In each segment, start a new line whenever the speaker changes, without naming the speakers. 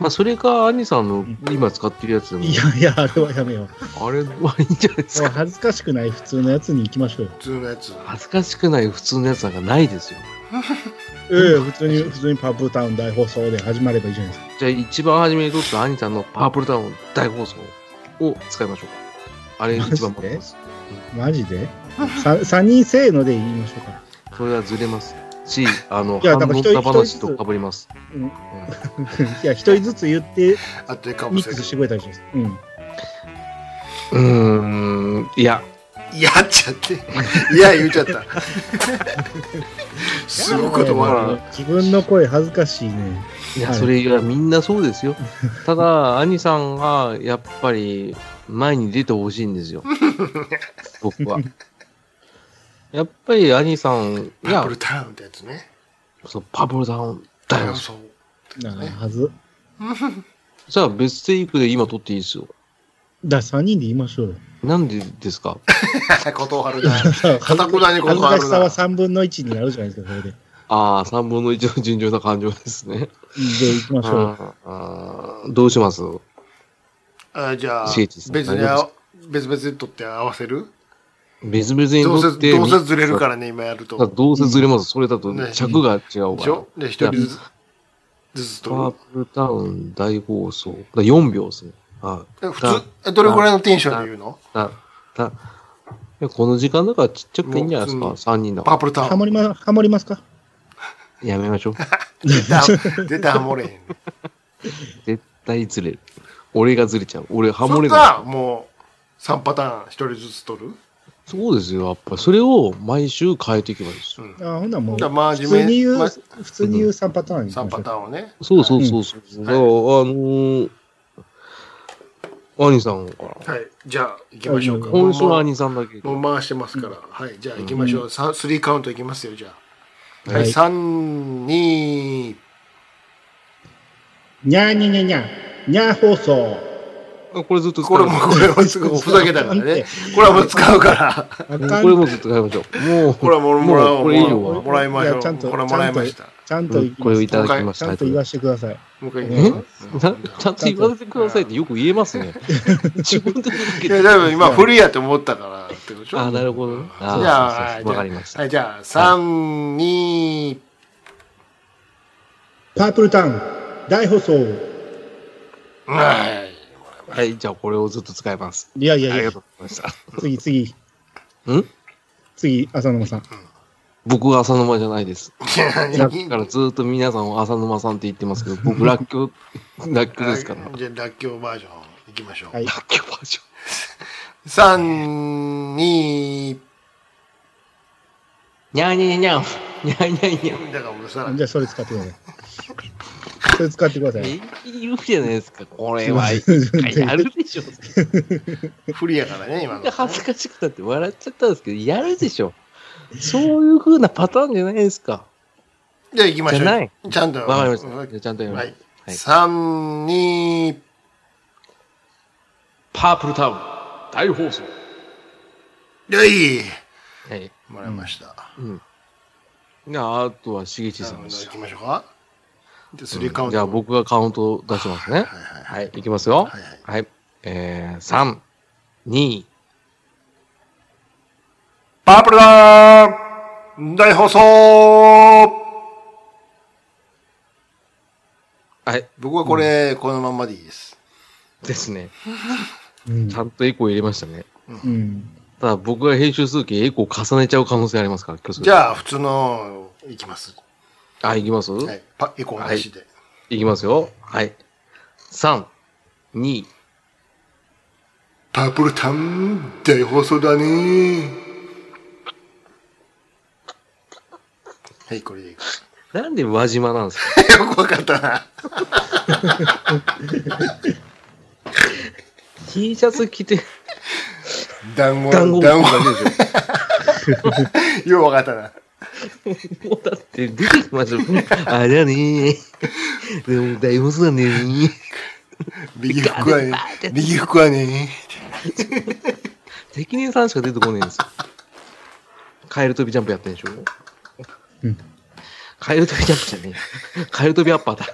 あ、それか、兄さんの今使ってるやつでも、
いやいや、あれはやめよう。も
あれはいいんじゃないです
う
か。
恥ずかしくない普通のやつに行きましょうよ。
普通のやつ。
恥ずかしくない普通のやつなんかないですよ。
ええ普通に、普通にパープルタウン大放送で始まればいいじゃないですか。
じゃあ、一番初めに撮った兄さんのパープルタウン大放送を使いましょうか。あれ一番持ってます。
マジでさ ?3 人せーので言いましょう か。
それはずれます。し、あの、
いや
半
だから
分
一人
た話とかぶります。
うん
うん
いや、一人ずつ言って、
あってかも
ミッ
しれ
ク
な
スしてくれたらいいじゃないですか。
うーん、いや、
い。やっちゃって。いや、言っちゃった。すごく止まら
いやいやい
ない
や。
自分の声恥ずかしいね。
いや、
はい
それはみんなそうですよ。ただ、兄さんがやっぱり前に出てほしいんですよ。僕は。やっぱり兄さん
パー
が
プル、タウンってやつね。
そうパブルダウンだよ。
そう。
なあはず。
じゃあ別テイクで今撮っていいですよ。
だ、3人で言いましょうよ。
なんでです か
断るな。 か
恥
たくなに
ずか
断
し
る
さは
な。
3分の1になるじゃないですか、それで。で、
ああ、3分の1の尋常な感情ですね。
行きましょうよ。
ああどうします
あじゃあ、
聖地
別
さん
に
大丈
あ、別々に取って合わせる
別々に
どう
撮っ
せ、
て。。
どうせずれるかららね、今やると。
どうせずれます。それだと
ね
尺が違う
で
か
し
ら
ょ。で、一人ずつ、ずつ
パー
と。
プルタウン大放送。だ4秒ですね。あ
え普通、えどれぐらいのテンションで言うの
だだいやこの時間だからちっちゃくていいんじゃないですか、
もう
3人だ
パ
か。
ープルタウ
ハ
ン。
モりま、ハモりますから
やめましょう。
絶対、絶対ハモれへん。
絶対ずれる。俺がずれちゃう。俺、ハモれ
そ
ない。
かもう、3パターン、一人ずつ取る
そうですよ、やっぱり。それを毎週変えていけばいいですよ。
うん
あ、ほんならもう、
じゃあ真
普
面目
通に言う、
ま
普通に言う3パターンに行
3
きま
パ
し
タ
ょう。
ーンをね。
そうそうそうそう。だから、あのー、兄さんから。
はい。じゃあ、行きましょうか。
今週は
も
兄さんだけ。
うもう回してますから。はい。じゃあ、行きましょう。さスリーカウントいきますよ、じゃあ。
は
はいい。3、2、
にゃーにゃにゃにゃ、にゃー放送。
あこれずっと使
こ
い
れ
ま
も
しょ
これもすごいふざけたからね。これはもう使うから。
あ
う。これもずっと使いましょう。もう、
これはもうもらおう
これいいよ。
も
も
もらいましょう
やちゃんと、
これもらいました
ちゃんと、ちゃんと言います
これをいただきまし
ちゃ
た
ん。と言わせてください。
もう一回
え
言いま
な
す
ちゃんと言わせてくださいってよく言えます ね。自分で言うだけ
いや、
で。
多分今、フリーやと思ったからってことでしょ
あ、なるほどね。
じゃあ
あ
は
ー、
い
そうそうそうわかりまし
は
た。
い、じゃあ、3、2、
パープルタウン、大放送。
はい。
はい、じゃあこれをずっと使います。
いやい
あ
や
り
いや
が、とうございまし
次、次、
た。ん
次、浅沼さん。
僕は浅沼じゃないです。
じ
さ
ゃあ
っきからずっと皆さんを浅沼さんって言ってますけど、 僕、ラッキョ、ラッキョですから。ラッ
じゃあ、らっきょうバージョンいきましょう。
はい。
キョバージョン。
3、2、
にゃーにゃーにゃーにゃーにゃー にゃー
だからもうさ、
じゃあ、それ使ってください。それ使ってください。
言うじゃないですか。これは、やるでしょ。
フリーやからね、今の。
恥ずかしくなって笑っちゃったんですけど、やるでしょ。そういう風なパターンじゃないですか。
じゃあ、行きましょう。
じゃない
ちゃんと。
わかりました。
はい
じゃあちゃんとやりま
は
す。
い。3、2、
パープルタウン、大放送。
よい
はい。
もらいました。
うん。じゃあ、あとは、しげち
じゃあ、
さんですよ。
行きましょうか。じゃあ、スリーカウント。
じゃあ、僕がカウント出しますね。
はいは
は
い
い、いきますよ。
はいはい。
はい。えー、3、2、
パープルダーン大放送
はい、
僕はこれ、このまんまでいいです。
ですね。
うん
ち。ゃんとエコー入れましたね。
うん。
ただ、僕が編集するときエコー重ねちゃう可能性ありますから、
じ
ゃ
ゃあ、普通の、いきます。
あ、いきます、、
はいい。パエコーなしで。
きますよ。はい。3、2、
パープルタウン大放送だねはい、これ でいく。
なんで輪島なんですか
よくわかったな。
?T シャツ着て、
団子、
団子を
団
だけでしょ。
子。ようわかったな。
もうだって出てきましたもん。あれだねでも大ボスだね
右服はね、右服はね。
責任さんしか出てこないんですよ。カエル飛びジャンプやってんでしょ
うん
カエル跳びジャンプじゃねえ。カエル跳びアッパーだ。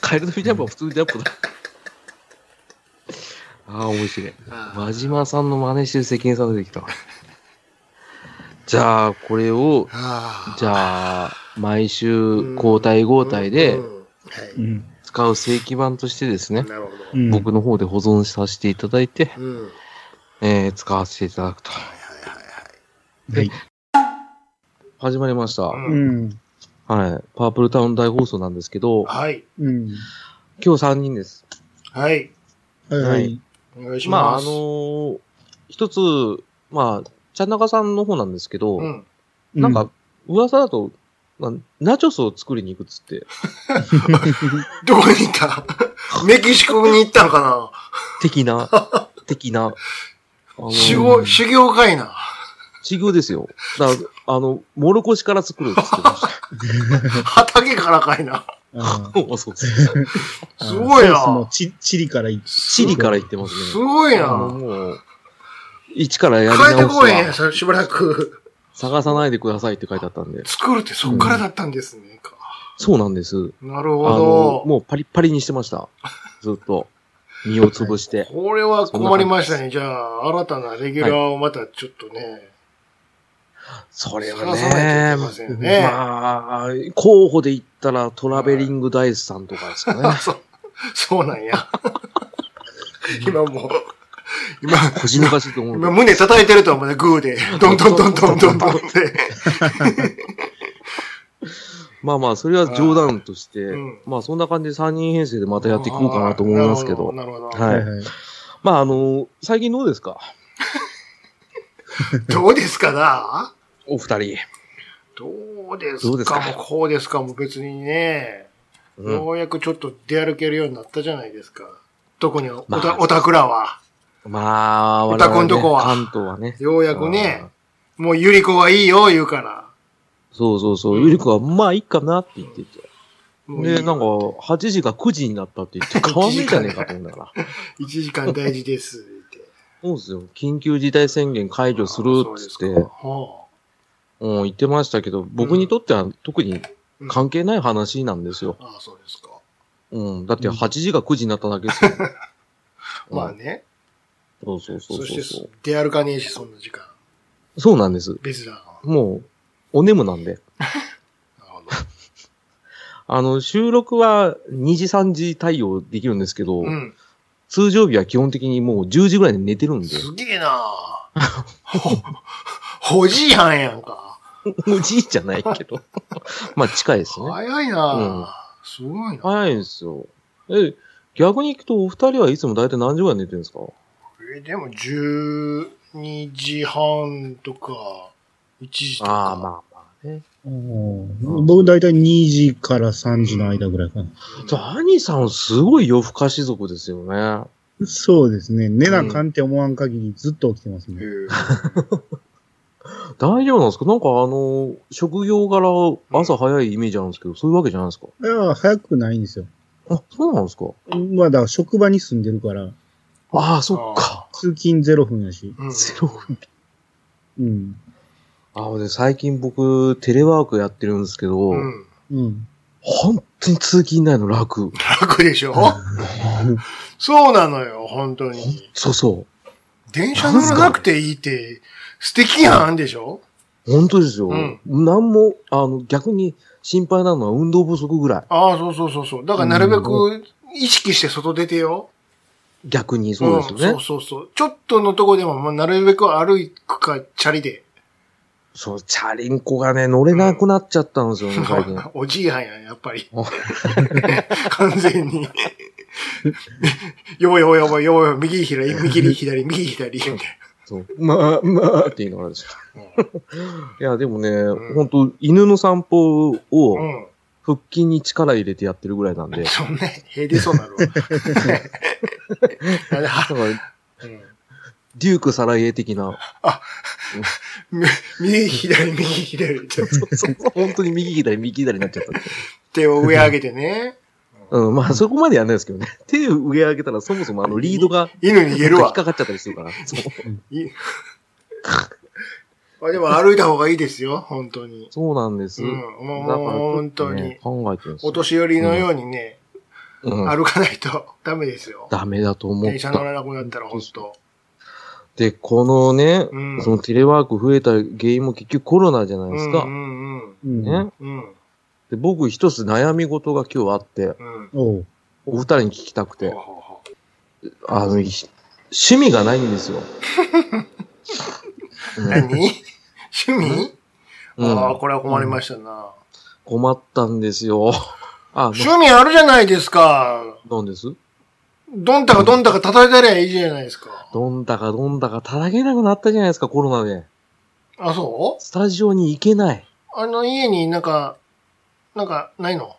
カエル跳びジャンプは普通にジャンプだ。ああ、面白い。
あ
輪島さんの真似してる関根さん出てきたわ。じゃあ、これを、
あ
じゃあ、毎週
ん
交代交代で
うんうん
う
は
ん。
使う正規版としてですね
い。、なるほど。
うん、
僕の方で保存させていただいて、
うん。はい
えー使わせていただくと。
はい。
始まりました。はい。
うん。
パープルタウン大放送なんですけど、
はい。
うん。
今日3人です。
はい。
はいはい。
お願いし
まあ、あ
ます。
のー一つ、まあ、ちゃんなかさんの方なんですけど、
うん。
なんか、噂だと、まあナチョスを作りに行くっつって、
どこに行った メキシコに行ったのか
的 な、的な、あの
な
ー
修行、修行かいな。
修行ですよ。だからあの、モロコシから作るっつってま し
畑からかいな。
あ
た。そうそう
ー、
すごい
ソースも
な。
チチリからいい。
チリから行ってますね。
すごい
あの
な。
もう、一からやり
変えて
直
こい
し
ね、
は
さしばらく。
探さないでくださいって書いてあったんで。
作るってそっからだったんですね。か
そうなんです。
なる
あ
ほ
の、
ど。
もうパリッパリにしてま した。ずっと。身を潰して。
これは困りましたね。じゃあ、新たなレギュラーをまたちょっとね。
それは
探さな
ね、
いといけませんよね
まあ、候補で言ったらトラベリングダイスさんとかですかね。
あ、そう、そうなんや。今もう、今、
こじ抜かしいと思うけ
今
ど。
胸叩いてると思うね、グーで。どんどんどんどんどんどんって。
まあまあ、それは冗談として
うん、
まあそんな感じで3人編成でまたやっていこうかなと思いますけど。
なるほど。なるほど
はい
はい。
まああの、最近どうですか
どうですかな
お二人。
どうで
どう
す
です
か
か
もうこうですかもう別にね、
うん
ようやくちょっと出歩けるようになったじゃないですか。特にお
まあ
た、おたくらは。
まあ、
オタクんとこは
我々ね関東はね。
ようやくね
あー、
もうゆり子はいいよ、言うから。
そうそうそう。ゆり子は、まあ、いいかなって言ってて。
もういい
で、なんか、8時が9時になったって言 って、変わんねえじゃねえかと思うんだから。
1時間大事です、 って。
そうですよ。緊急事態宣言解除するっつっ
あ
て、
そうです
う
かは
ん、言ってましたけど、僕にとっては特に
うん
関係ない話なんですよ。
ああ、そうですか。
うん。だって、8時が9時になっただけ ですよ。
まあね。
うん。そうそうそ
そう
そ
し
う
て、出歩かねえし、そんな時間。
そうなんです。
別だな。
もう、お眠なんで。
なるほど。
あの、収録は2時3時対応できるんですけど、
うん。
通常日は基本的にもう10時ぐらいで寝てるんで。
すげえなほ、ほじいはんやんか。
おじいじゃないけ ど。まあ近いですね。
早いな、すごいな。
早いんですよ。え、逆に聞くとお二人はいつも大体何時ぐらい寝てるんですか
えでも、12時半とか、1時とか。
ああ、まあまあね。
うん僕大体2時から3時の間ぐらいかな。
ダニさんすごい夜更かし族ですよね。
そうですね。寝なあかんって思わん限りずっと起きてます
へ
ね。
え
大丈夫なんですかなんかあの、職業柄朝早いイメージあるんですけど、そういうわけじゃないですか
いや、早くないんですよ。
あ、そうなんですか
まあだから職場に住んでるから、
ああ、そっか。
通勤0分やし。
うん
ゼロ分。
うん。
ああ、で、最近僕、テレワークやってるんですけど、
うん。
うん。
本当に通勤ないの楽。
楽でしょそうなのよ、本当に。
そうそ
電車乗らなくていいって、素敵やんでしょ
う。本当ですよ。
うん
なんも、あの、逆に心配なのは運動不足ぐらい。
ああ、そうそうそうそう。だからなるべく意識して外出てよ。
逆にそうですよね。
んそうそうそう。ちょっとのとこでも、まあ、なるべく歩くか、チャリで。
そう、チャリンコがね、乗れなくなっちゃったんですよね、最近。
おじいはんやん、やっぱり
お。
完全に。よいよいよいよいよ、右左、右左、右左、みたい
そう。まあ、まあって言いながらですよ。
な。
いや、でもね、
うん
本当犬の散歩
う
を
ん。
腹筋に力入れてやってるぐらいなんで。
そんな、へでそうなるわ。 あれ
だ
は
から、
うん
デュークサライエ的 な。
み右左、右左って、
そうそう本当に右左、右左になっちゃった。
手を上上げてね。
うん、まあそこまでやんないですけどね。手を上上げたらそもそもあのリードが
犬に言える
引っ
わ。
かかっちゃったりするから。そう
いまあでも歩いた方がいいですよ、本当に。
そうなんです。
うん、もう本当に。
考えてるんです
お
よ。
年寄りのようにね、
うん、
歩かないとダメですよ。
ダメだと思っ
電車乗
た。
らなくなったら本当。
で、このね、
うん。
そのテレワーク増えた原因も結局コロナじゃないですか。
うんうん
うん
ね、
うん。うん。
で僕一つ悩み事が今日あって、
うん。
おう。
お二人に聞きたくて
ほう、ほうほう
あの、ひ趣味がないんです よ。
何趣味
うん
あ
う
あ、
ん
これは困りましたな。
困ったんですよ。あ、
趣味あるじゃないですか。
ななんです
どんたかどんたか叩いたりゃいいじゃないですか。
どんだかどんだか叩けなくなったじゃないですか、コロナで。
あ、そう
スタジオに行けない。
あの家になんか、なんかな いの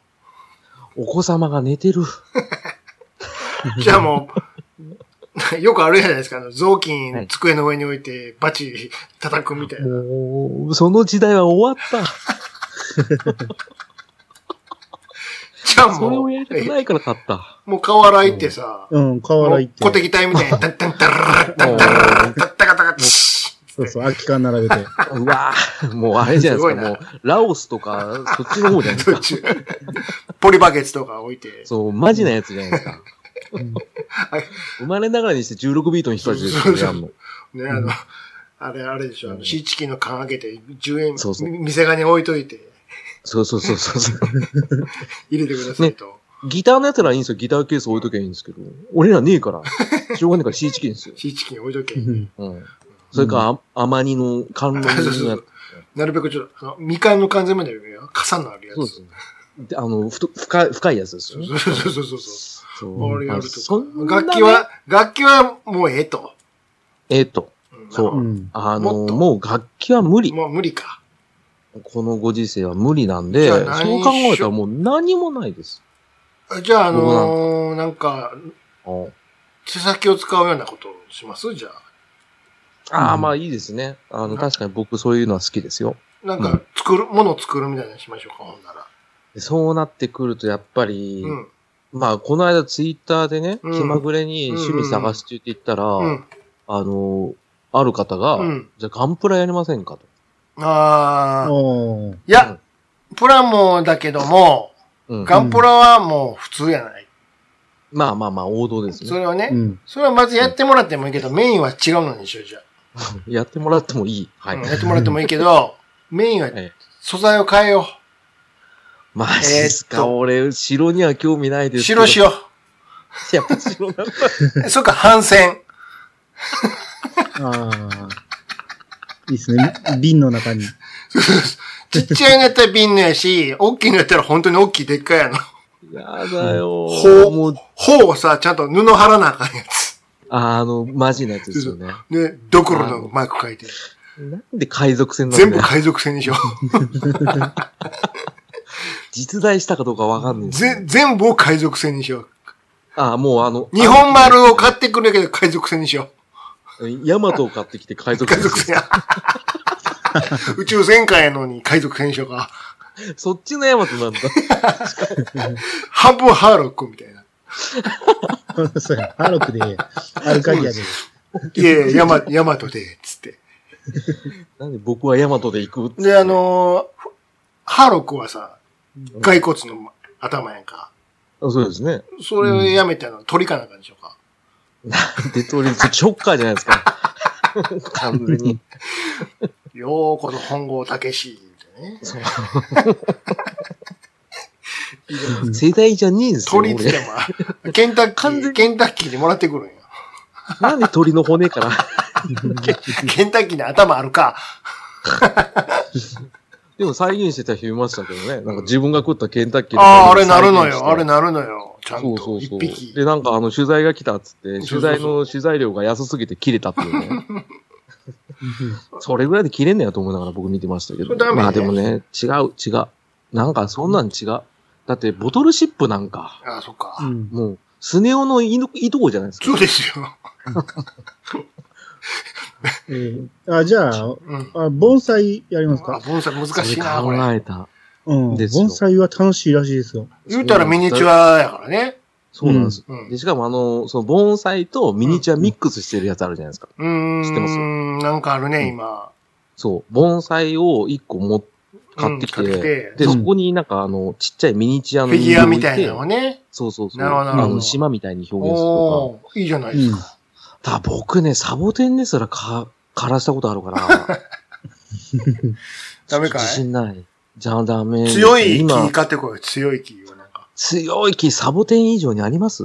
お子様が寝てる。
じゃあもう、 よくあるじゃないですか。あの雑巾机の上に置いてバチ叩くみたいな。
もう、その時代は終わっ
じゃ
た。
あ
それ
も
を
う、
やりたくないから買った。
もう顔洗いってさ、
うん、河
も
原
う
行って。
小敵隊みたいに、タッタッタラッタッタラッタッタカタカチ
そうそう、空き缶並べて。
うわぁ、もうあれじゃないですか、
すごいな
もう、ラオスとか、そっちの方じゃ ないです
ー
か
途。中、ポリバケツとか置いて、
そう、マジなやつじゃないですか。
うん
生まれながらにして16ビートにしたちですよ、やんの。
ね、あの、あれあれでしょ、あ
う
の、
ん
シーチキンの缶開けて、10円、
そうそう
み店側に置いといて、
そうそうそうそう。
入れてくださいと。
ギターのやつらはいいんですよ。ギターケース置いときゃいいんですけど。俺らねえから。しょうがねえから C チキンですよ。
シーチキン置いとけ
う。ん。
うん。それから、あ甘煮の甘露煮
そう
の
そ
や
うなるべくちょっと、あの、みかんの缶詰まで傘のある
つ。
やつ。
そうですね。で、あの、ふと深い、深いやつですよね。
そうそうそうそうそう。
そう。
あれやると
そ
か
んなね
楽器は、楽器はもうええと。
えっと、
うん
そううんあ
も
の
っ、と
もう楽器は無理。
もう無理か。
このご時世は無理なんで、
じゃ
そ
あ
う
何
考えたらもう何もないです。
じゃあ、あのーなんか、
あ
手先を使うようなことをしますじゃあ。
あー、
うん
まあいいですね。あの、確かに僕そういうのは好きですよ。
なん
う
か、作る、ものを作るみたいなのしましょうか、ほんなら。
でそうなってくると、やっぱり、
うん。
まあ、この間ツイッターでね、
うん
気まぐれに趣味探してって言ったら、
うん。
あの、ある方が、
うん。
じゃあガンプラやりませんかと。
ああ。
おー
いや、プラモだけども、
うん、
ガンプラはもう普通やない。
まあまあまあ、王道です
そ
ね。
れは
う
ね、
ん。
それはまずやってもらってもいいけど、メインは違うのにしよう、じゃ
やってもらってもいい。
あ。
はい。
うんやってもらってもいい けど、メインは
ええ
素材を変えよ
マジっすか、
えーっと
俺、城には興味ないで
う。
すけど。
白しよ
やっぱ白なんだ。
う。 そっか、反戦。
ああ。いいっすね。瓶の中に。
ちっちゃいのやったら瓶のやし、大きいのやったら本当に大きいでっかいやの。
やだよ
ほう
もう、
頬をさ、ちゃんと布貼らなあかんやつ。
あの、マジなやつですよね。
で、ドクロのマーク書いて。
なんで海賊船なんだ
全
よ
部。海賊船にしよ
実在したかどうかわかんな
う。
いですよ
ぜ、全部を海賊船にしよう。
あ、もうあの、
日本丸を買ってくるけど海賊船にしよ
ヤマトを買ってきて海
う。
賊
海
船。
賊船。宇宙戦艦や のに海賊船にしようか。
そっちのヤマトなん だ。
半分ハーロックみたい な。
そうや。ハロクで、アルカディアで。
いえ、ヤマ、ヤマトで、つって。
なんで僕はヤマトで行く
で、あのーハーロックはさ、骸骨の頭やんか。
あそうですね。
それをやめたの鳥かなんかでしょうか。
デトリス、ショッカーじゃないです か。完全に。
ようこそ本郷武史ってね。いいじゃないですか
世代じゃねえんですよ。
鳥っつっ
俺
ても あ、ケンタッキ
完全
ー、
に
ケンタッキーにもらってくるんよ。
なんで鳥の骨から。
ケンタッキーに頭あるか。
でも再現してた人いましたけどね。なんか自分が食ったケンタッキーの
ああ、あ
骨
れ
を
な
再
る
現し
の
て
よ。あれなるのよ。ちゃん
そうそ
と。
うそ
一
う。
匹。
で、なんかあの取材が来たっつって、
そうそうそう
取材の取材料が安すぎて切れたっていうね。それぐらいで切れんねやと思いながら僕見てましたけ
そ
ど。
れダメね
まあでもね、違う、違う。なんかそんなん違う。だってボトルシップなんか、
ああ、そっか。
うん。
もう、スネ夫のいのいとこじゃないですか
そ。うですよ。
えーあ、じゃあ、
うん。
あ盆栽やります
あ
か、
盆栽難しいな、
そ
こ
れ
れ。
考えた。
うん。
ですよ
盆栽は楽しいらしいですよ。
言うたらミニチュアやからね。
そうなんです。
うん。
で、しかもあの、その盆栽とミニチュアミックスしてるやつあるじゃないですか。
うーん。
知ってます
なんかあるね、今。
そう、盆栽を一個持っ買ってきて、
うん買ってきて
で、
うん
そこになんかあの、ちっちゃいミニチュア
フ
の
ィギュアみたい
人形
なの
を置
を
て
ね。
そうそうそう。
なるほどなるほ
あ
ど
の、島みたいに表現するとか。
おーいいじゃないで
う
す
ん
か。。
ただ僕ね、サボテンですらか、枯らしたことあるから。
ダメかい
自信ない。じゃあダメ。
強い
今
木、買ってこいよ。強い木をなんか。
強い木、サボテン以上にあります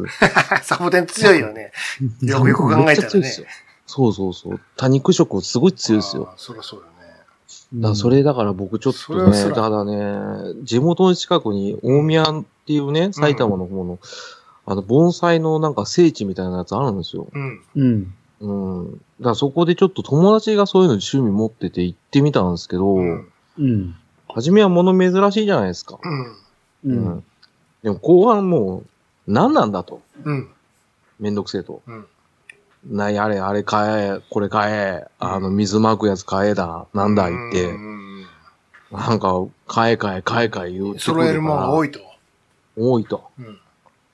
サボテン強いよね。よくよく考
め
え
っち
た
ゃ
ら
強いで
ね
す。よ。そうそうそう。多肉食すごい 強いですよ。
あー。そりゃそうだね。
だからそれだから僕ちょっ
それ
と
は
ね、
そ
た
ら
だね、地元の近くに大宮っていうね、埼玉の方の、あの、盆栽のなんか聖地みたいなやつあるんですよ。
うん。
うん。
うん。だからそこでちょっと友達がそういうの趣味持ってて行ってみたんですけど、
うん。
うん。
初めは物珍しいじゃないですか。
うん。
う。
うんんでも後半もう、何なんだと。
うん。
めんどくせえと。
うん
なにあれ、あれ買え、これ買え、
うん
あの、水まくやつ買えだ、なんだ言って、
うん
なんか、買え買え、買え買え言うてくるか
揃
ら。
えるものが多
い。
いと。
多いと。
うん。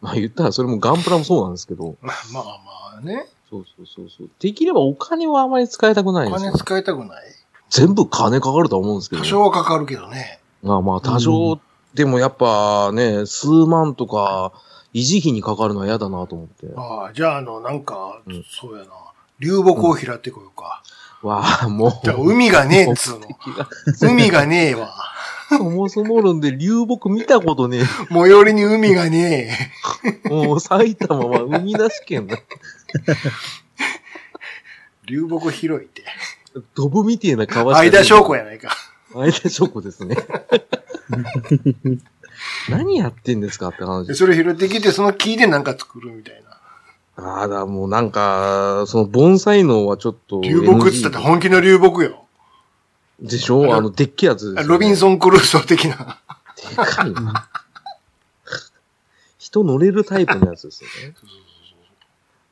まあ言ったらそれもガンプラもそうなんですけど、
まあまあまあね。
そうそうそうそう。できればお金はあまり使いたくない
お
んですよ
金。使いたくない。
全部金かかるとは思うんですけど
多
ね。
少はかかるけどね。
まあまあ多少、
う
でもやっぱね、数万とか維持費にかかるのは嫌だなと思って。
ああ、じゃああの、なんか
うん、
そうやな。流木を拾ってこようか。
わあ、も
じゃあ
う。
海がねえっつうの。海がねえわ。
そもそも論で流木見たことね
最寄りに海がねえ。
え。もう埼玉は海なし県だ。
流木拾いって。
ドブみてえな川しかねえ
間証拠やないか。
相田翔子ですね。 何やってんですかって話
で、。それ拾ってきて、その木でなんか作るみたいな。
ああ、だからもうなんか、その盆栽能はちょっと NG。
流木っつったって本気の流木よ。
でしょあの、でっけえやつですよね、
ロビンソン・クルーソー的な。
でかいな。 人乗れるタイプのやつですよね。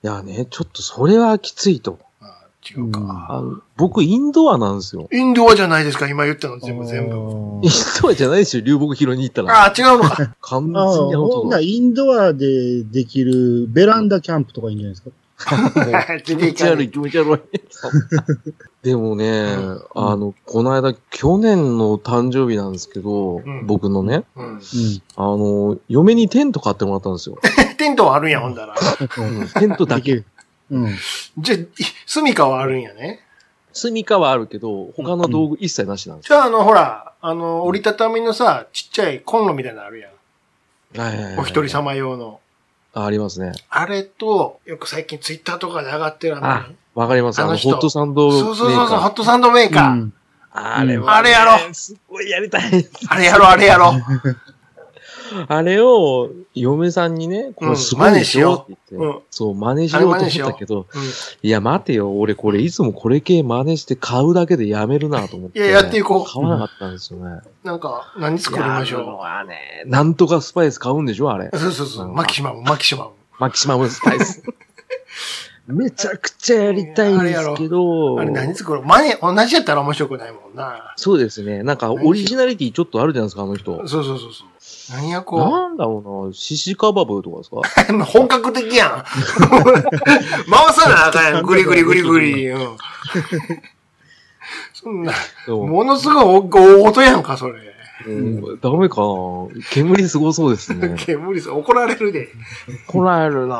いやね、ちょっとそれはきついと。
あ違うか。
あの僕、インドアなんですよ。
インドアじゃないですか、今言ったの全部全部。
イ
部
ンドアじゃないですよ、流木拾いに行ったら。
ああ、違うのか。
完全に
ああ、
アウ
ほ
ト
んな
ド
らインドアでできるベランダキャンプとかいいんじゃないですか。
ア。気持
出てい
ち
か
悪
ない
い、気持ち悪い。でもね、
ん
あの、この間、去年の誕生日なんですけど、
ん
僕のね、
うん。
あの、嫁にテント買ってもらったんですよ。
テントはあるんや、ほんだら。
うん。
テントだ
でき
け。
る。うん。
じゃ、い住処はあるんやね。
住みかはあるけど、他の道具一切なしなんです
じゃあ、あの、ほら、あの、折りたたみのさ、ちっちゃいコンロみたいなのあるやん。
よ。はいはいはい
お一人様用の。
ありますね。
あれと、よく最近ツイッターとかで上がってるあの
あわかります。あ
あ
の、
の
ホッ
人
トサンドメーカー。
そうそうそうそう、ホットサンドメーカー。
うん
あれは、
あれやろ。
すごいやりたい。
あれやろ、あれ やろ。
あれを、嫁さんにね、こ
う
れ
ん
すごいでしょって言って、
真似しよううん
そう、真似しようと思ったけど、
うん
いや、待てよ、俺これいつもこれ系真似して買うだけでやめるなと思って。
いややっていこう
買わなかったんですよね。
なんか、何作りまし
いやでも
ょ
あれなんとかスパイス買うんでしょあれ
う。。そうそうそう、
うん
マキシマム、マキシマム。
マキシマムスパイ ス。めちゃくちゃやりたいんですけど。
あれ何作ろう前、同じやったら面白くないもんな。
そうですね。なんか、オリジナリティちょっとあるじゃないですか、あの人。
そうそうそうそう。何やこ
なんだろうな、シシカバブとかですか
う。 本格的やん。回さなあかんやん。グリグリグリグリ。うん。そんな、
でも、
ものすごい大音やんか、それ。
うんダメかな煙すごそうですね。
無理さ、怒られるで。
こらえるな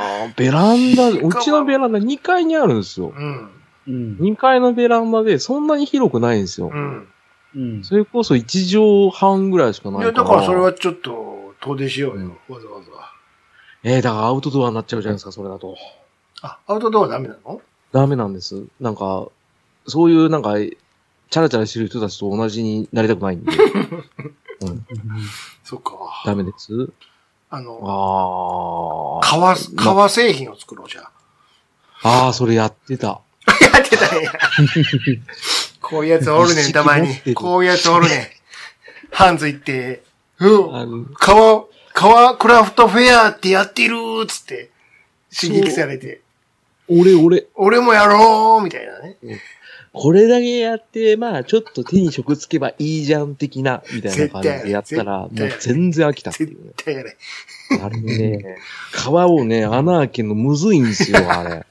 ぁベランダ、うちのベランダ2階にあるんですよ。
うん。
うん。
2階のベランダでそんなに広くないんですよ
う。ん。
うん。
それこそ1畳半ぐらいしかないい
や、
ら。
だからそれはちょっと、遠出しようよ。わざわざ。
えー、だからアウトドアになっちゃうじゃないですか、それだと。
あ、アウトドアダメなの
ダメなんです。なんか、そういうなんか、チャラチャラしてる人たちと同じになりたく ないんで、
そっか。
ダメです。
あの、
あー。
革、革製品を作ろうじゃん。
あー、それやってた。
やってたんや。こういうやつおるねん、たま
意識持
に
っ。てる
こういうやつおるねん。ハンズ行って、う
あ
ん、
の
革、革クラフトフェアってやってるっつって、刺激されて、
俺、俺、
俺もやろうみたいなね。
これだけやって、まあ、ちょっと手に職つけばいいじゃん的な、みたいな感じでやったら、もう
絶対やれ
全然飽きたっていうね
絶。対やれ。
あれね、皮をね、穴開けるのむずいんですよ、あれ。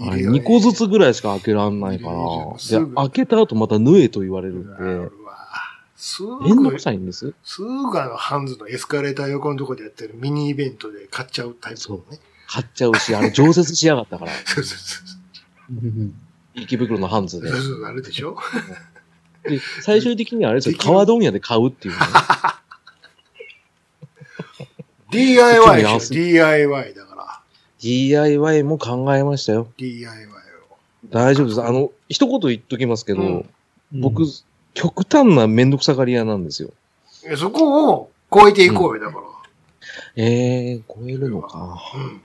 あれ2個ずつぐらいしか開けらんないから、
いるよね
い
す
や
ぐ
開けた後また縫えと言われるんで、
うわす
めんど
ぐ
く、さいんです。
すぐあの、ハンズのエスカレーター横のとこでやってるミニイベントで買っちゃうタイプのね。
買っちゃうし、あれ常設しやがったから、
そうそうそう。
池袋のハンズで
そう。そう、あるでしょ
で、最終的にはあれですよ、
できる
川問屋で買うっていうね。興味合
?DIY で
わ
し
せ
ょ ?DIY だから。
DIY も考えましたよ。
DIY を。
大丈夫です。あの、一言言っときますけど、
うん
僕、極端なめんどくさがり屋なんですよ。
いやそこを超えていこうよ、だから。
えー、超えるのか。
うん。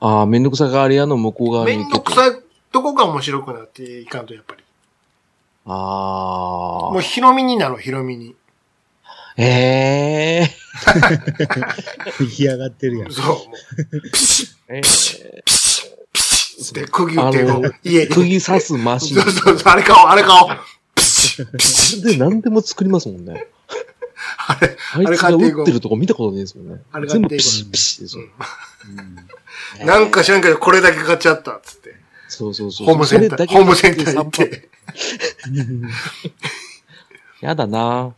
あー、めんどくさがり屋の向こう側に
め
行
ん
け
ど
と
くさいとこが面白くなっていかんと、やっぱり。
あ
もう、ヒロミになろう、ヒロミに。
ー。えー。
出来上がってるやん。
そう、もう。ピシッ、
え
ピシッ、ピシッって、釘打ってこ
あの
う、家
ー、
で。
釘刺すマシン
そ。うそうそう、あれ買おう、あれ買おう。ピシッ、ピシッ。
で、何でも作りますもんね。
あれ、
あいつが打ってるとこ見たことないですもんね
あれ。買っ
全部
ていこう
ピシッピシッですよ。
うんなんか知らんけど、これだけ買っちゃった、つって。
そうそうそう。
ホームセンター、ホームセンター行っ
散歩
て。
やだな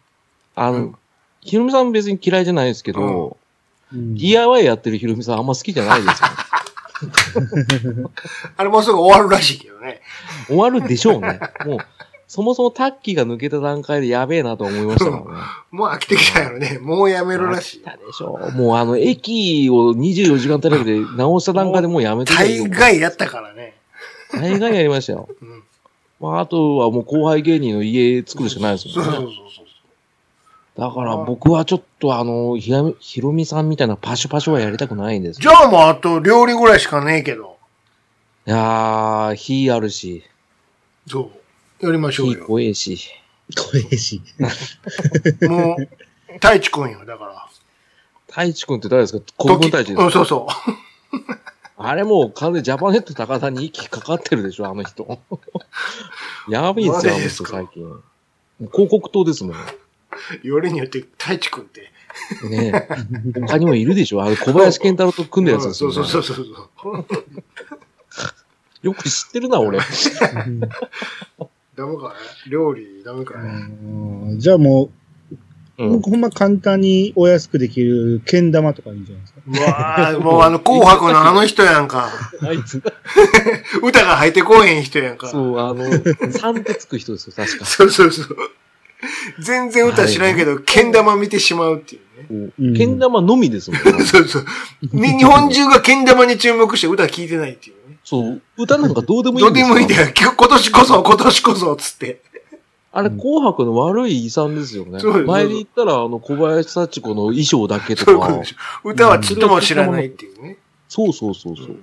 あ
う
の
ん、
ヒロミさん別に嫌いじゃないですけど、DIY やってるヒロミさんあんま好きじゃないですよね。
あれもうすぐ終わるらしいけどね。
終わるでしょうね。 もう、そもそもタッキーが抜けた段階でやべえなと思いましたからね。
もう飽きてきたよね。もうやめるらしいよ
飽き。たでしょう。もうあの、駅を24時間テレビで直した段階でもうやめてたよ
大概やったからね。
大概やりましたよ。
うん。
まあ、あとはもう後輩芸人の家作るしかないです
そうそ
も
うんそう
ね。
そう。
だから僕はちょっとあの、ひらみひろみさんみたいなパシュパシュはやりたくないんですよ。
じゃあもうあと料理ぐらいしかねえけど。
いやー、火あるし、
そう。やりましょう
火
よ。
怖えし。
怖えし。
もう、太一くんよ、だから。
太一くんって誰ですか古文太一です
う
か
ん、そうそ
あれもう完全にジャパネット高田に息かかってるでしょ、あの人。 やべえっすよ、あ
マ
の
ジで
人
すか
最近。広告塔ですもん。
う。よりによって太一くんって。
ねえ他にもいるでしょあれ小林健太郎と組んでるやつ
う
です
んそ
よ、
う
ね
そうそうそう。
よく知ってるな、俺。
ダメかね。料理、ダメかね。
うんじゃあも
う
う、
ん。
ほんま簡単にお安くできる、けん玉とかいいんじゃないですか。
うわあ、もうあの、紅白のあの人やんか。
あいつ、
歌が入ってこへん人やんか。
そう、あの、3ってつく人ですよ、確か。
そうそうそう。全然歌知らんけど、けん玉見てしまうっていうね。
こ
う
うんけん玉のみですもん。
そうそう。に日本中がけん玉に注目して歌聞いてないっていうね。
そう、歌なんかどうでもいい
ど
ん
う
で
です
よ。
もいいんだよ。今日今年こそ、今年こそ、つって。
あれ、紅白の悪い遺産ですよね
そうです。
前に言ったら、あの、小林幸子の衣装だけと
そういうこと
か
で。しょ。歌はちっとも知らないっていうね。
そうそうそうそう。
うん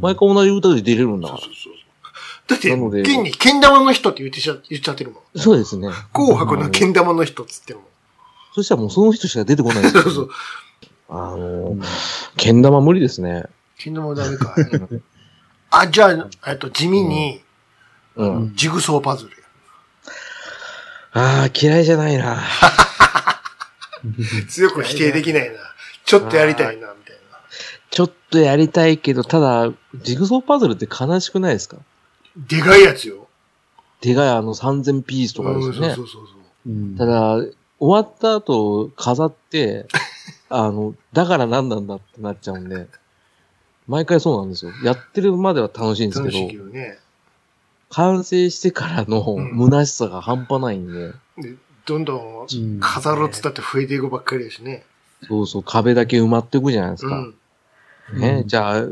毎回同じ歌で出れるんだ
そ
か
う
ら。
そうそう。だって、
なので
現にけん玉の人って言ってしゃ言っちゃってるもん。
そうですね。
紅白のけ
あの
ん玉の人っつっても。
そしたらもうその人しか出てこないです
そ
よ
うそう。
あの、けん玉無理ですね。
けん玉ダメか。あ、じゃあ、えっと、地味に、
うん。
うん
ジグソーパズルや。
ああ、嫌いじゃないな。
強く否定できないな。ちょっとやりたいな、みたいな。
ちょっとやりたいけど、ただ、ジグソーパズルって悲しくないですか
でかいやつよ。
手があの3000ピースとかですよ
うん
ね
そ。うそうそう
うん
ただ、終わった後、飾 って、あの、だから何なんだってなっちゃうんで、毎回そうなんですよ。やってるまでは楽しいんで
そ
す
う。
け
楽しいけ
ど、
どね。
完成してからの
うん
虚しさが半端ないんで、
で、どんどん
うん
飾ろうっつったって増えていくばっかりだしね。
そうそう、壁だけ埋まっていくじゃないです
う
か。
ん。
ね
う、ん
じゃあ、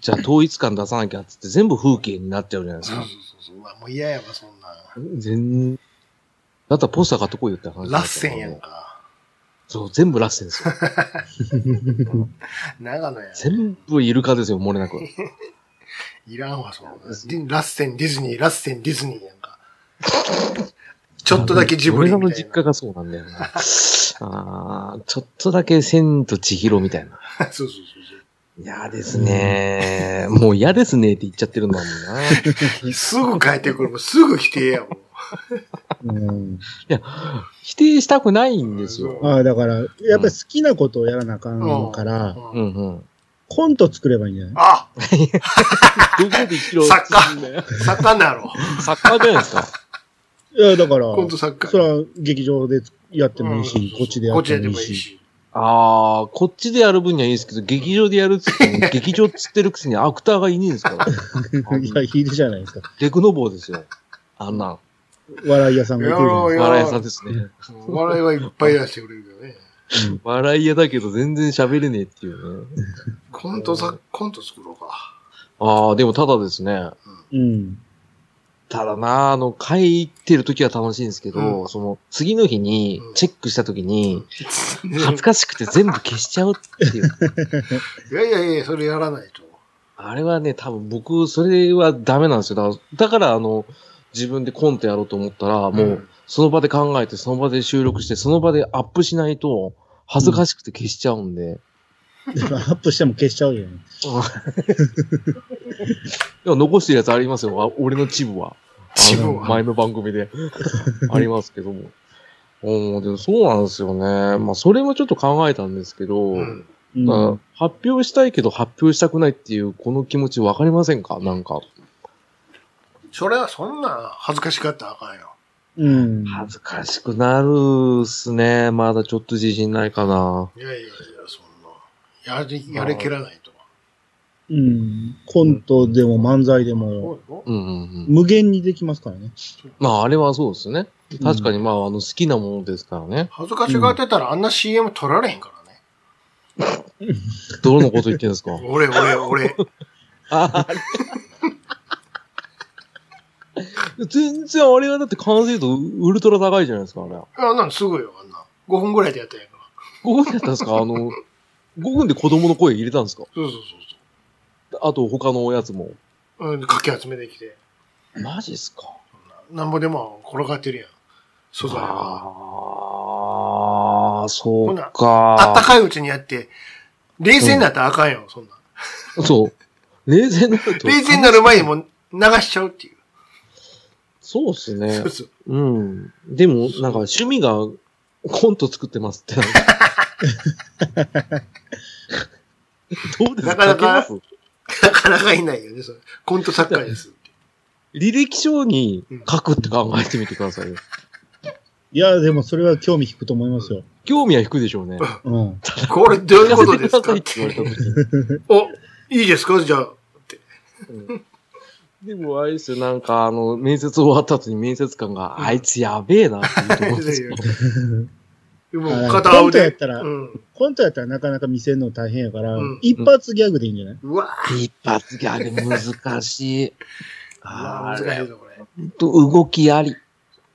じゃあ統一感出さなきゃっつって全部風景になっちゃうじゃないです
そうそう
か。
そうそう。うわもう嫌やわ、そんな。
全だったらポスター買っとこうよって話。
ラッセンやん。か。
そう、全部ラッセンです よ。
長野やん。
全部イルカですよ、漏れなく。
いらんわ、そんな。でラッセン、ディズニー、ラッセン、ディズニーやんか。ちょっとだけジブ
俺
リ
ら
み
の
たい
実家がそうなんだよな。 あーちょっとだけ千と千尋みたいな。
な。そうそうそうそ。
嫌ですね。もう嫌ですねって言っちゃってるんだもんな。いう
すぐ帰ってくる。もうすぐ否定やもん。
うん
や、否定したくないんですよ。
ああ、だから、やっぱり好きなことをやらなあかんから、
うん
うんうん。
コント作ればいいんじゃない
あ
どこで生きろ
サッカー
んだ よ。
サッカーだろ。
サッカーじゃないですか。
いや、だから、
今度サッカー。
それは劇場でやってもいいし、
うん
こっちでや
こっ
っ
ちで
て
やって
もいい
もい
し。
いし。
ああ、こっちでやる分にはいいですけど、劇場でやるっつ っても、劇場っつってるくせにアクターがいねえんですから。
い や、いいじゃないですか。
デクノボーですよ。あんな、
笑い屋さんがいてるじゃない
い
笑い屋さんですね。
うん笑いはいっぱい出してくれるけど ね。
ですか。うん
笑い屋だけど全然喋れねえっていうね。
コントさ、コント作ろうか。
ああ、でもただですね。
うん。
ただなあ、あの、会行ってる時は楽しいんですけど、
う
その、次の日に
うん
チェックした時に、恥ず
い
かしくて全部消しちゃうって いう。
やいやいや、それやらないと。
あれはね、多分僕、それはダメなんですよ。だから、だからあの、自分でコントやろうと思ったら、もう、その場で考えて、その場で収録して、その場でアップしないと、恥ずかしくて消しちゃうんで。
でもアップしても消しちゃうよね。
でも残してるやつありますよ。あ俺のチブは。
チブは
あの前の番組 でありますけども。うん、でもそうなんですよね。まあ、それもちょっと考えたんですけど、
うん。
うん。
まあ発表したいけど発表したくないっていう、この気持ちわかりませんかなんか。
それはそんな恥ずかしかったらあかんよ。
うん。
恥ずかしくなるっすね。まだちょっと自信ないかな。
いやいやいや、そんな。やり、やれきらないと。
うん。コントでも漫才でも、
そうよ
うんうんうん。
無限にできますからね。
まあ、あれはそうですね。確かに、まあ、あの、好きなものですからね。
恥ずかしがってたらあんな CM 撮られへんからね。
どのこと言ってんですか
俺、俺、俺。
あれ 全然あれはだって完成度ウルトラ高いじゃないですか、あれ。
あんなんすぐよ、あんな。5分ぐらいでやったんやから。
5分だったんですかあの、5分で子供の声入れたんですか
そうそうそう
あと他のやつも。
そう。うん、かき集めてきて。
マジっすか
なんぼでも転がってるやん。素材が。
ああ、そ
ほ
う
なあった
か。
かいうちにやって、冷静になったらあかんよ、そんな。
そう。冷静になると。
冷静になる前にもう流しちゃうっていう。
そうっすね
そう。そう。
うん。でも、なんか趣味がコント作ってますって。 どうです
なかな
書
か
けます
なかなかいないよね、それ。コント作家です。
履歴書に書くって考えてみてくださいよ。
いや、でもそれは興味引くと思いますよ。
興味は引くでしょうね。
うん。
これどういうことです
聞 か
かっ
せてくださいって言われた
て。
時に
お、いいですかじゃあ。
うんでも、あれですよ、なんか、あの、面接終わった後に面接官が、あいつやべえなって言うと思うんです よ。
も
あ
う
の
片
コン
青
トやっ
で。
たら
うん。
コントやったらなかなか見せるの大変やから
うん、
一発ギャグでいいんじゃないう
わ
一発ギャグ難しい。あ
難
ー
しいぞ、これ。
と動きあり。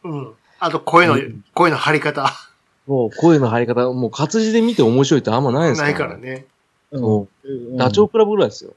うん。あと、声の
うん、
声の張り方。
もう声の張り方、もう活字で見て面白いってあんまないです
な
から、
いから。ね。
うん
そ
うん
う。ダチョウ倶楽部ぐらいですよ。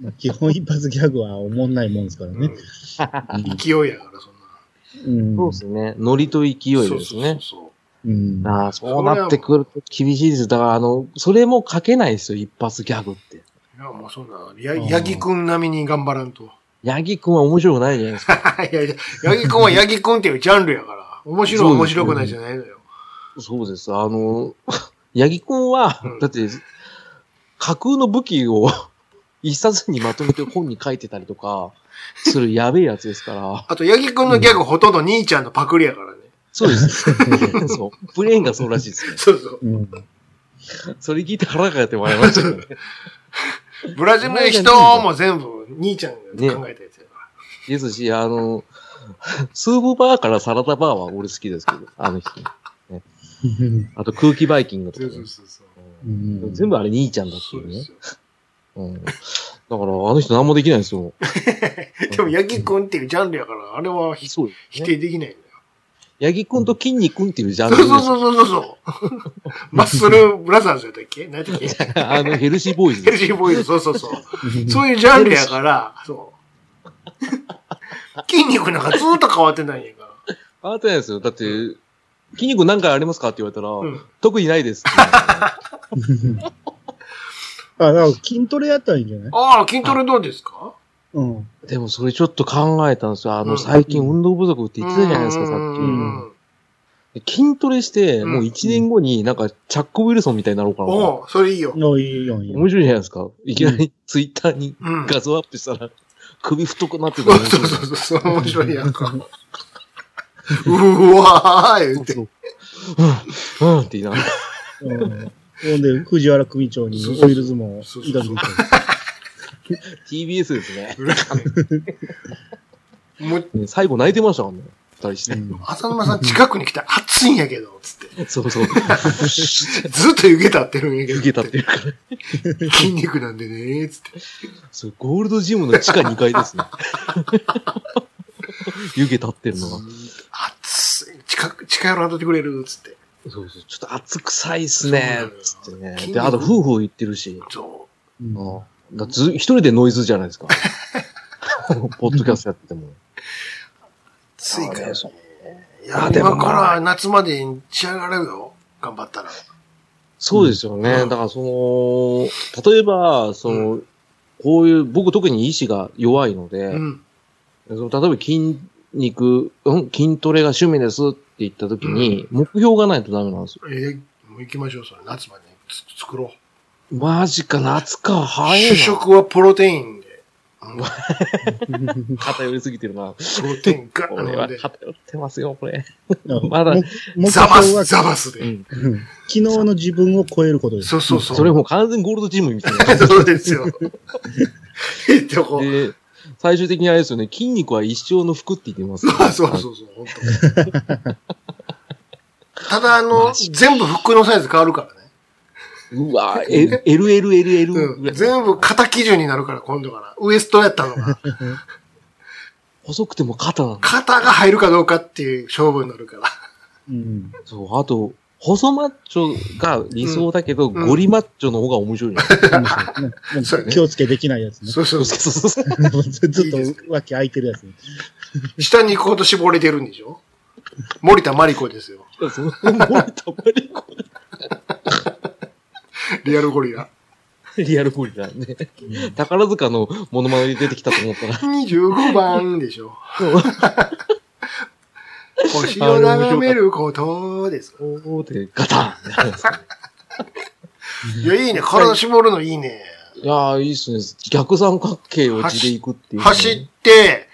まあ基本一発ギャグはおもんないもんですから
う
ね
ん。勢いやから、そんな。
うん。
そうですね。ノリと勢い
そ
で
う
す
そう
ね。
そう
うん。
ああ、そうなってくると厳しいです。だから、あの、それも書けないですよ、一発ギャグって。
いや、もうそんな、や、ヤギくん並みに頑張らんと。
ヤギくんは面白くないじゃないですか。
いやいや、ヤギくんはヤギくんっていうジャンルやから。面白い、
そう
面
ですね
白くないじゃないのよ。
そうです。あの、 ヤギくんは
うん、
だって、架空の武器を 一冊にまとめて本に書いてたりとか、するやべえやつですから。
あと、ヤギくんのギャグほとんど兄ちゃんのパクリやからね。
そう です。そう。ブレーンがそうらしいですね。
そうそう。
うん。
それ聞いて腹がやって笑いましたけどね。
ブラジルの人も全部兄ちゃんが考えたやつやか
ですし、あの、スープバーからサラダバーは俺好きですけど、あの人。あと空気バイキングと
ら。
か
そ
ね、
うそうそう。
うん全部あれ兄ちゃんだって
そ
いうう
で
ね
す。よ。
うん。だから、あの人何もできないですよ。
でも、ヤギくんっていうジャンルやから、あれはひ
そうです
否
ね
定できないんだよ。
ヤギくんと筋肉くんっていうジャン
そ
ル
う
です
そうそうそうそう。 マッスルブラザーズやったっけ何やったっけ
あの、ヘルシーボーイズ
ヘ
で
ル
す。
シーボーイズ、そうそうそう。
うん
そういうジャンルやから、そう。筋肉なんかずっと変わってないんやか
あ
ら。
なたですよ。だって、筋肉何回ありますかって言われたら、
うん
特にないですって言うんですよね。
あ、だから筋トレやったらいいんじゃない
ああ、筋トレどうですか
うん。
でもそれちょっと考えたんですよ。あ
う
の、
ん
最近運動不足って言ってたじゃないですか、さっ
う
き。
ん
筋トレして、
うん
もう1年後になんか、チャック・ウィルソンみたいになろうかな。
おうそれいいよ。
おいいよ、いいよ
面。白いじゃないですか。いきなりツイッターに
うん。
画像アップしたら、首太くなってた
そう
ら
そうそうそう、面白いやんか。うわー言って。
そうそううん、うんって言いながら。
うん。ほんで、藤原組長にオイル相撲、
そうそう
挑んでいく
TBS ですね。
もう、
ね最後泣いてましたからね。二人し
う
て。
ん
浅沼さん近くに来たら暑いんやけど、つっ
そうそう。
て。ずっと湯気立ってるんやけど。
受けたっていうから。
筋肉なんでね、つって。
そう、ゴールドジムの地下2階ですね。湯気立ってるのが。
暑い。近く、近寄らんとってくれる、つって。
そうそう。ちょっと暑臭いっすね
そうなの
つってね。
よ。筋肉
で、あと、夫婦言ってるし。
そ
うん
ああだず一人でノイズじゃないですか。ポッドキャストやってても。
う。暑いから。
そう
いや、
あでも
今
ま
か
あ
ら夏までに仕上がれるよ。頑張ったら。
そうですよね。
うん
だから、その、例えば、その、こういう、僕特に意志が弱いので、
うん。
その例えば筋肉、うん、筋トレが趣味ですって言った時に、目標がないとダメなんですよ。
えーもう行きましょう、それ。夏までにつ作ろう。
マジか、夏か、早い
主
な。
食はプロテインで。うん
偏りすぎてるな。
プロテインガ
こ
ッ
れ
飲ん
は
で。
偏ってますよ、これ。
うん
まだ
も目標
ザバス、
は、
ザバスで。
うん。
うん昨日の自分を超えることです。
そうそうそう。
それもう完全にゴールドジムみたい な。
そうですよ。えっとこ。。
で、最終的にあれですよね、筋肉は一生の服って言ってます、ね
そうそうそう、本当ただ、あの、全部服のサイズ変わるからね。
うわぁ、L- LLLL ぐ
う
ら
ん。
い。
全部肩基準になるから、今度から。ウエストやった のが、
細くても肩なんだ。
肩が入るかどうかっていう勝負になるから。
うん。
そう、あと、細マッチョが理想だけど、
ん
ゴリマッチョの方が面白いじゃない、
うんもう
そうやね
気をつけできないやつね。
そうそうそ
そうそうそ う。
ずずっ
いいです
と脇空いてるやつね。
う。下に行くほど絞れてるんでしょ森田真理子ですよ。
その森田マリコ
リアルゴリラ。
リアルゴリラね。宝塚のモノマネで出てきたと思ったら、
25番でしょ。星を眺めることです。
おーってガ タンってなるんですよね
いや、いいね。体絞るのいいね。
いやー、いいっすね。逆三角形を地でいくっていう、
走って、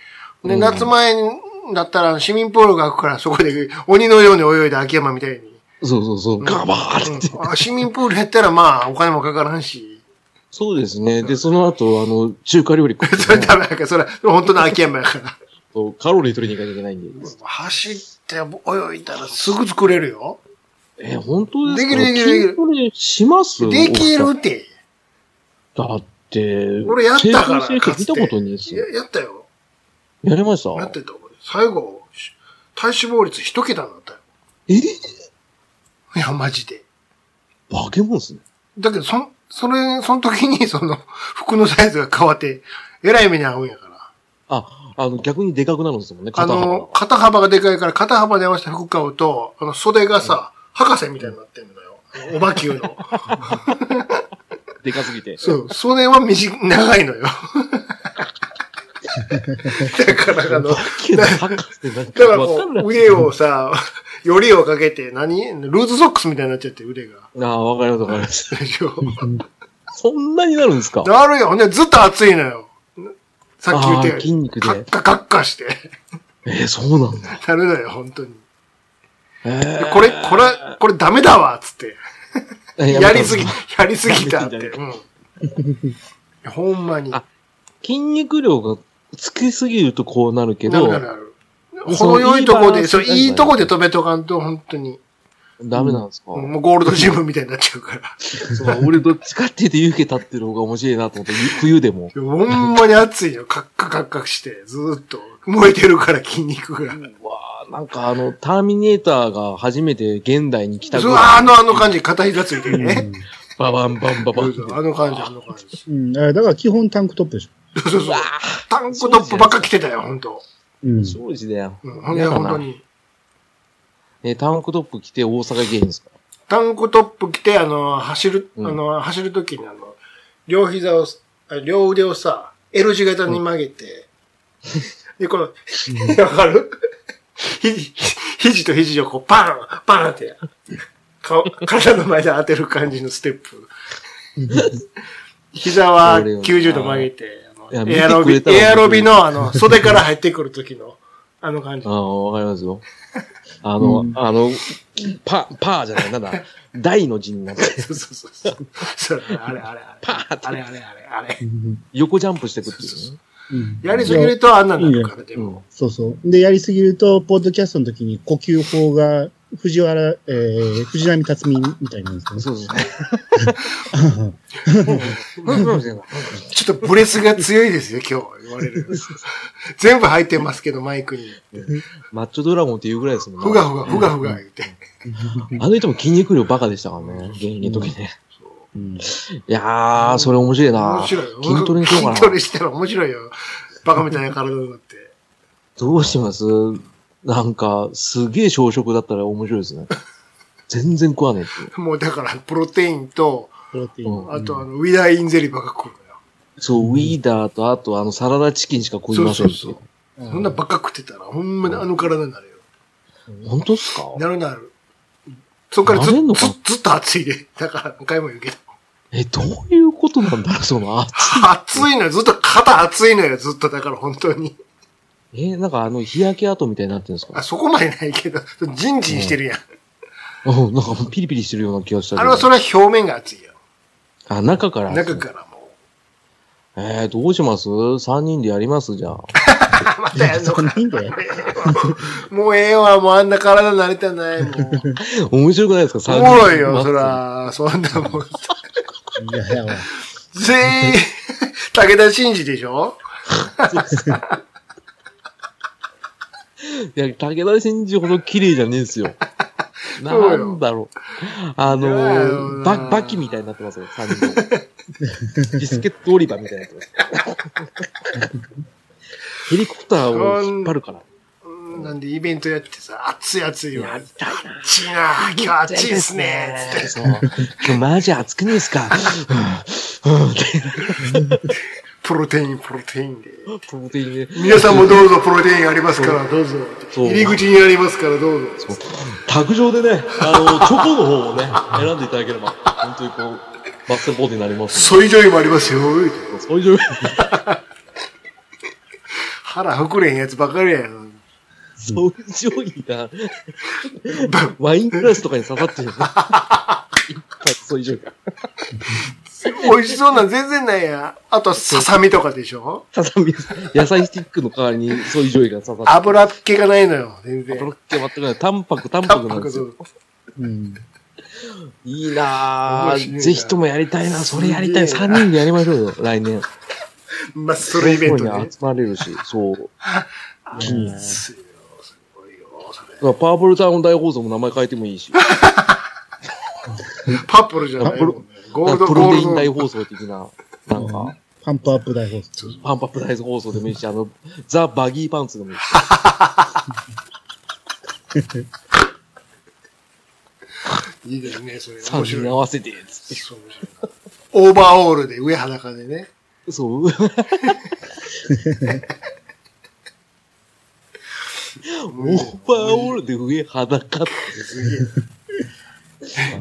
で、
うん
夏前だったら市民プールが開くから、そこで鬼のように泳いだ秋山みたいに。
そうそうそう。ガバ
う
ーって。
んあ市民プール減ったら、まあ、お金もかからんし。
そうですね。で、その後、あの、中華料理食って
それダメだから、それ、本当の秋山やから。
そうカロリー取りに行かなきゃいけないんで。
走って泳いだらすぐ作れるよ。
え、本当ですか
できるできるできる
筋トレします
でき
お
る
二
って。
人だって、
俺やったから
成功
かつ
見
て
たことないです
や
よ。
やったよ。
やりました
やってた俺。最後、し体脂肪率一桁になったよ。
え
いや、マジで。
化け物っすね。
だけど、そん、それ、その時に、 その、服のサイズが変わって、えらい目に遭うんやから。
あ、あの、逆にでかくなるんですもんね、
あ
肩幅
の
が、。
肩幅がでかいから、肩幅で合わせた服買うと、あの、袖がさ、博士みたいになってんのよ。あのおばきゅうの。
でかすぎて。
そう、袖は短い、長いの よ。だから、あの、だ
バキューの博士ってなん
から
か、わかんな
こ、。
いう
腕をさ、よりをかけて、何ルーズソックスみたいになっちゃって、腕が。
ああ、わかりますわかります。
でしょ。
そんなになるんですか
なるよ。ほんで、ずっと熱いのよ。さっき言ったよ
あー
うに。
筋肉で
カッカカッカして。
えー、そうなんだ。
なるのよ、本当に。
え
これ、これ、これダメだわ、つって。
れ
やりすぎ、やりすぎ たって。
やりすぎ
うん。いやほんまに。
あ筋肉量がつきすぎるとこうなるけ
なる
ど
なる、なる。
その
程よいとこ
い
で、
いバランス
そう、いいとこで
なん
止めとかんと、本当に。
ダメなんですか
もうゴールドジムみたいになっちゃうから。
そう、俺どっちかって言って湯気立ってる方が面白いなと思って、ゆ冬でも。
ほんまに熱いよ。カッカカッカして、ずーっと。燃えてるから、筋肉が。
うわーなんかあの、ターミネーターが初めて現代に来たぐ
そう、
らい。
あの、あの感じ、片膝ついてるね。
ババンバンババンって。
そうそうあの感じ、あの感じ。
うん。あだから基本タンクトップでしょ。
そうそうそう。タンクトップばっか着てたよ、本当
うん。
庄司だよ。
うん。ほんで、
嫌だ
本
な。
当に。
え、タンクトップ着て大阪芸人ですか
タンクトップ着て、あの、走る、あ
うん
の、走るときに、あの、両膝を、あ両腕をさ、L 字型に曲げて、で、この、わかるひ、肘と肘をこう、パンパンって、顔、体の前で当てる感じのステップ。膝は90度曲げて、
いや
あの
見て
エアロ
くれ
ビ
たら
エアロビのあの、袖から入ってくる時の、あの感じ
あ。あ、わかりますよ。あの、
うん
あの、パ、パーじゃない、なんだ、大の字になって、
そうそうそうそう。そうあれあれあれ。
パーって
あれあれあれあれ。
横ジャンプしてくっていうね、
うん
やりすぎるとあんなになるから、で
う
も。
ん。
そうそう。で、やりすぎると、ポッドキャストの時に呼吸法が、藤原、えー、藤波辰巳みたいなんですけど、
そうそうそう。
ちょっとブレスが強いですよ、今日。言われ る。全部入ってますけど、マイクに。
マッチョドラゴンっていうぐらいですもん
ふがふが、ふがふが言って。
あの人も筋肉量バカでしたからね、現役の時ね。
うん
いやー、それ面白いな
面白いよ。
筋トレにしようかな
筋トレしたら面白いよ。バカみたいな体になって。
どうしますなんか、すげえ小食だったら面白いですね。全然食わねえっていう。
もうだから、プロテインと、
プロテイン。
あとあの、ウィダーインゼリーばっか食うのよ。
そう、ウィーダーと、あと、あの、サラダチキンしか食い
そう
ません
そ
っ
う
て。
そう。そんなばっか食ってたら、ほんまにあの体になるよ。
本当っすか
なるなる。そっからず
なれんの
ず
か
ずっと暑いで。だから、何回も言うけど。
え、どういうことなんだろう、その、あ
暑いのよ。ずっと肩暑いのよ。ずっと。だから本当に。
え、なんかあの、日焼け跡みたいになってるんです
あ、
か
そこまでないけど、ジンジンしてるやん。
うん、なんかピリピリしてるような気がしたけど
あれはそれは表面が熱いよ。
あ、中から。
中からも
えー、どうします ?3 人でやりますじゃあ。
う。またやんの
そ
か
んな。いいんだよ。
もうええわ、もうあんな体慣れたない、 もう。
面白くないですか ?3 人。
おもろいよ、そ。ら。そんなもん。
いやいや、
全員、武田真治でしょ
いや、武田真治ほど綺麗じゃねえんすよ。
そう
な
よ
んだろう。あの
いやー
ー、ババキみたいになってますよ、3人 とも。ビスケットオリバーみたいになってます。ヘリコプターを引っ張るから。
うんなんでイベントやってさ、暑い暑いよ。暑
痛いな。
いな、今日暑いっすね。つって。
そう。今日マジ暑くねえっすか。うんうんって
プロテイン、プロテイ ンで。
プロテインで
皆さんもどうぞ、プロテインありますから、どうぞ。
そう
入り口にありますから、どうぞ。
卓上でね、あの、チョコの方をね、選んでいただければ、本当にこう、バスケボールになります
ソイジョイもありますよ。
ので。そういう状況
腹膨れんやつばかりやん。
そういう定規が、ワイングラスとかに刺さってるよね。いっぱいそういう定規が。
美味しそうなん全然ないや。あと、ささみとかでしょ
刺さみ野菜スティックの代わりにそういう定規が刺さって
油っ気がないのよ、全
る。コロ
然。
ッケ全くない。淡白、淡
タン
白な
パ
んで
ク
す
そ
よ。
う
うん。
いいな
面白い
ぁ。
な
ぜひともやりたいな。それやりたい。
すげえ
3
な
人でやりましょうよ、来年。
マッスルイベント
そういう
ね
風に。集まれるし、そう。
すごいよ、それ。
まあパープルタウン大放送も名前変えてもいいし。
パップルじゃないもんね。ゴールド、
プ
ゴ
ロテ
ール
イン大
ド。
放送的な、なんか、
パンプアップ大放送。
パンパップ大放送でもいいし、あの、ザ・バギーパンツでもいいし。
いいですね、それ。
3
面白い
人合。わせて、つって。
そう面白いオーバーオールで、上裸でね。
そう。オーバーオールで上裸って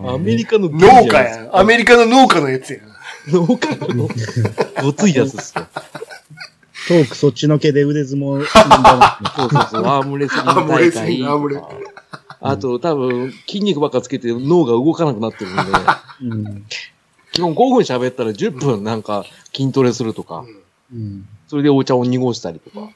アメリカの文じゃない
農
です
家
か
やん。アメリカの農家のやつやん。
農家のごついやつっすよ。
トークそっちのけで腕相撲なんだもんね
そうそうそう。アームレスリング
アームレ
大
ス
会
リングアームレ
とか。あと、多分、筋肉ばっかつけて脳が動かなくなってるんで、
うん。
基本5分喋ったら10分なんか筋トレするとか、
うん。
それでお茶を濁したりとか。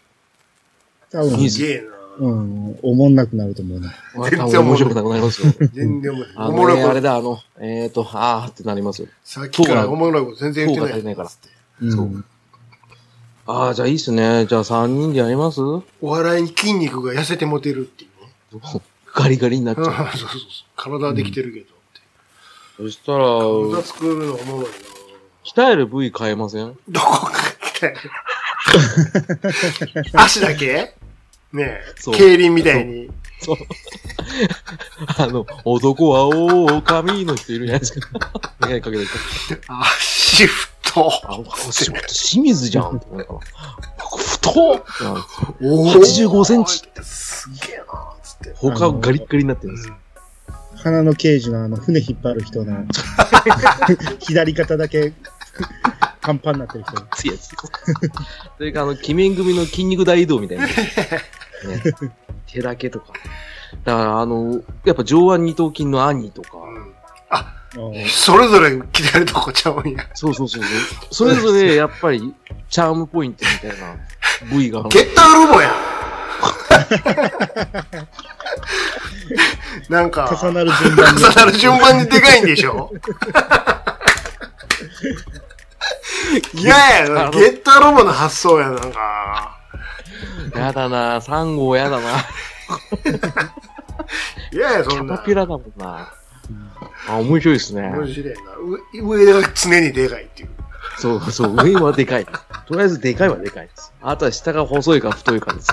多
いい
分
っ、す
すげえな。
うん、おもんなくなると思うな。
まあ、
全
多
然
分面白くなくなりますよ。
全然おもろい。
あ
おも
の、ね、あ
ろ
れ
いこ
だ、あの、えーと、あーってなりますよ。
と。さっきか
そう
ら
だ
おもろいこと全然言ってな
そうだ足りな
い。
いから
うん。
そうああ、じゃあいいっすね。じゃあ3人でやります
お笑いに筋肉が痩せてモテるっていうね。
ガリガリになっち
うん そう
ゃ
そうそう。体はできてるけどって。
う。そしたら、
体作るのおもろいな
鍛える部位変えません
どこか鍛 える足だけねえ。
そう
競輪みたいに。
そう。あの、男は狼の人いるじゃないで すか。願いかけてる。
足太。
あ、し清水じゃんって思うから。僕、太っってなるんですよ
お
85センチ。
すげえな。つって。
他をガリッガリになってるんですよ。
花の刑事のあの、船引っ張る人の、左肩だけ、 パンパンになってる人。
熱いやつ。 というか、あの、鬼面組の筋肉大移動みたいな。ね、手だけとか。だから、あの、やっぱ上腕二頭筋の兄とか、
うん
うん
それぞれ鍛えるとこちゃうんや。
そうそうそうそう。それぞれ、やっぱり、チャームポイントみたいな部位がある。
ゲッターロボや なんか、
重なる順番に。
重なる順番にでかいんでしょいやいや、ゲッターロボの発想や、なんか。
やだな3号やだな
いやいや、
キ
そん
ャ
な
タ。ピラだもんなあ、面白いですね。
面白いな。う上が常にでかいっていう。
そうそう、上はでかい。とりあえずでかいはでかいです。あとは下が細いか太いかです。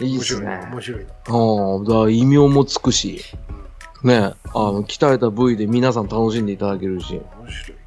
いい
面
です
白い
ね。
な。面白いな。
うん、だから異名もつくし、ね、あの、鍛えた部位で皆さん楽しんでいただけるし、
面白い。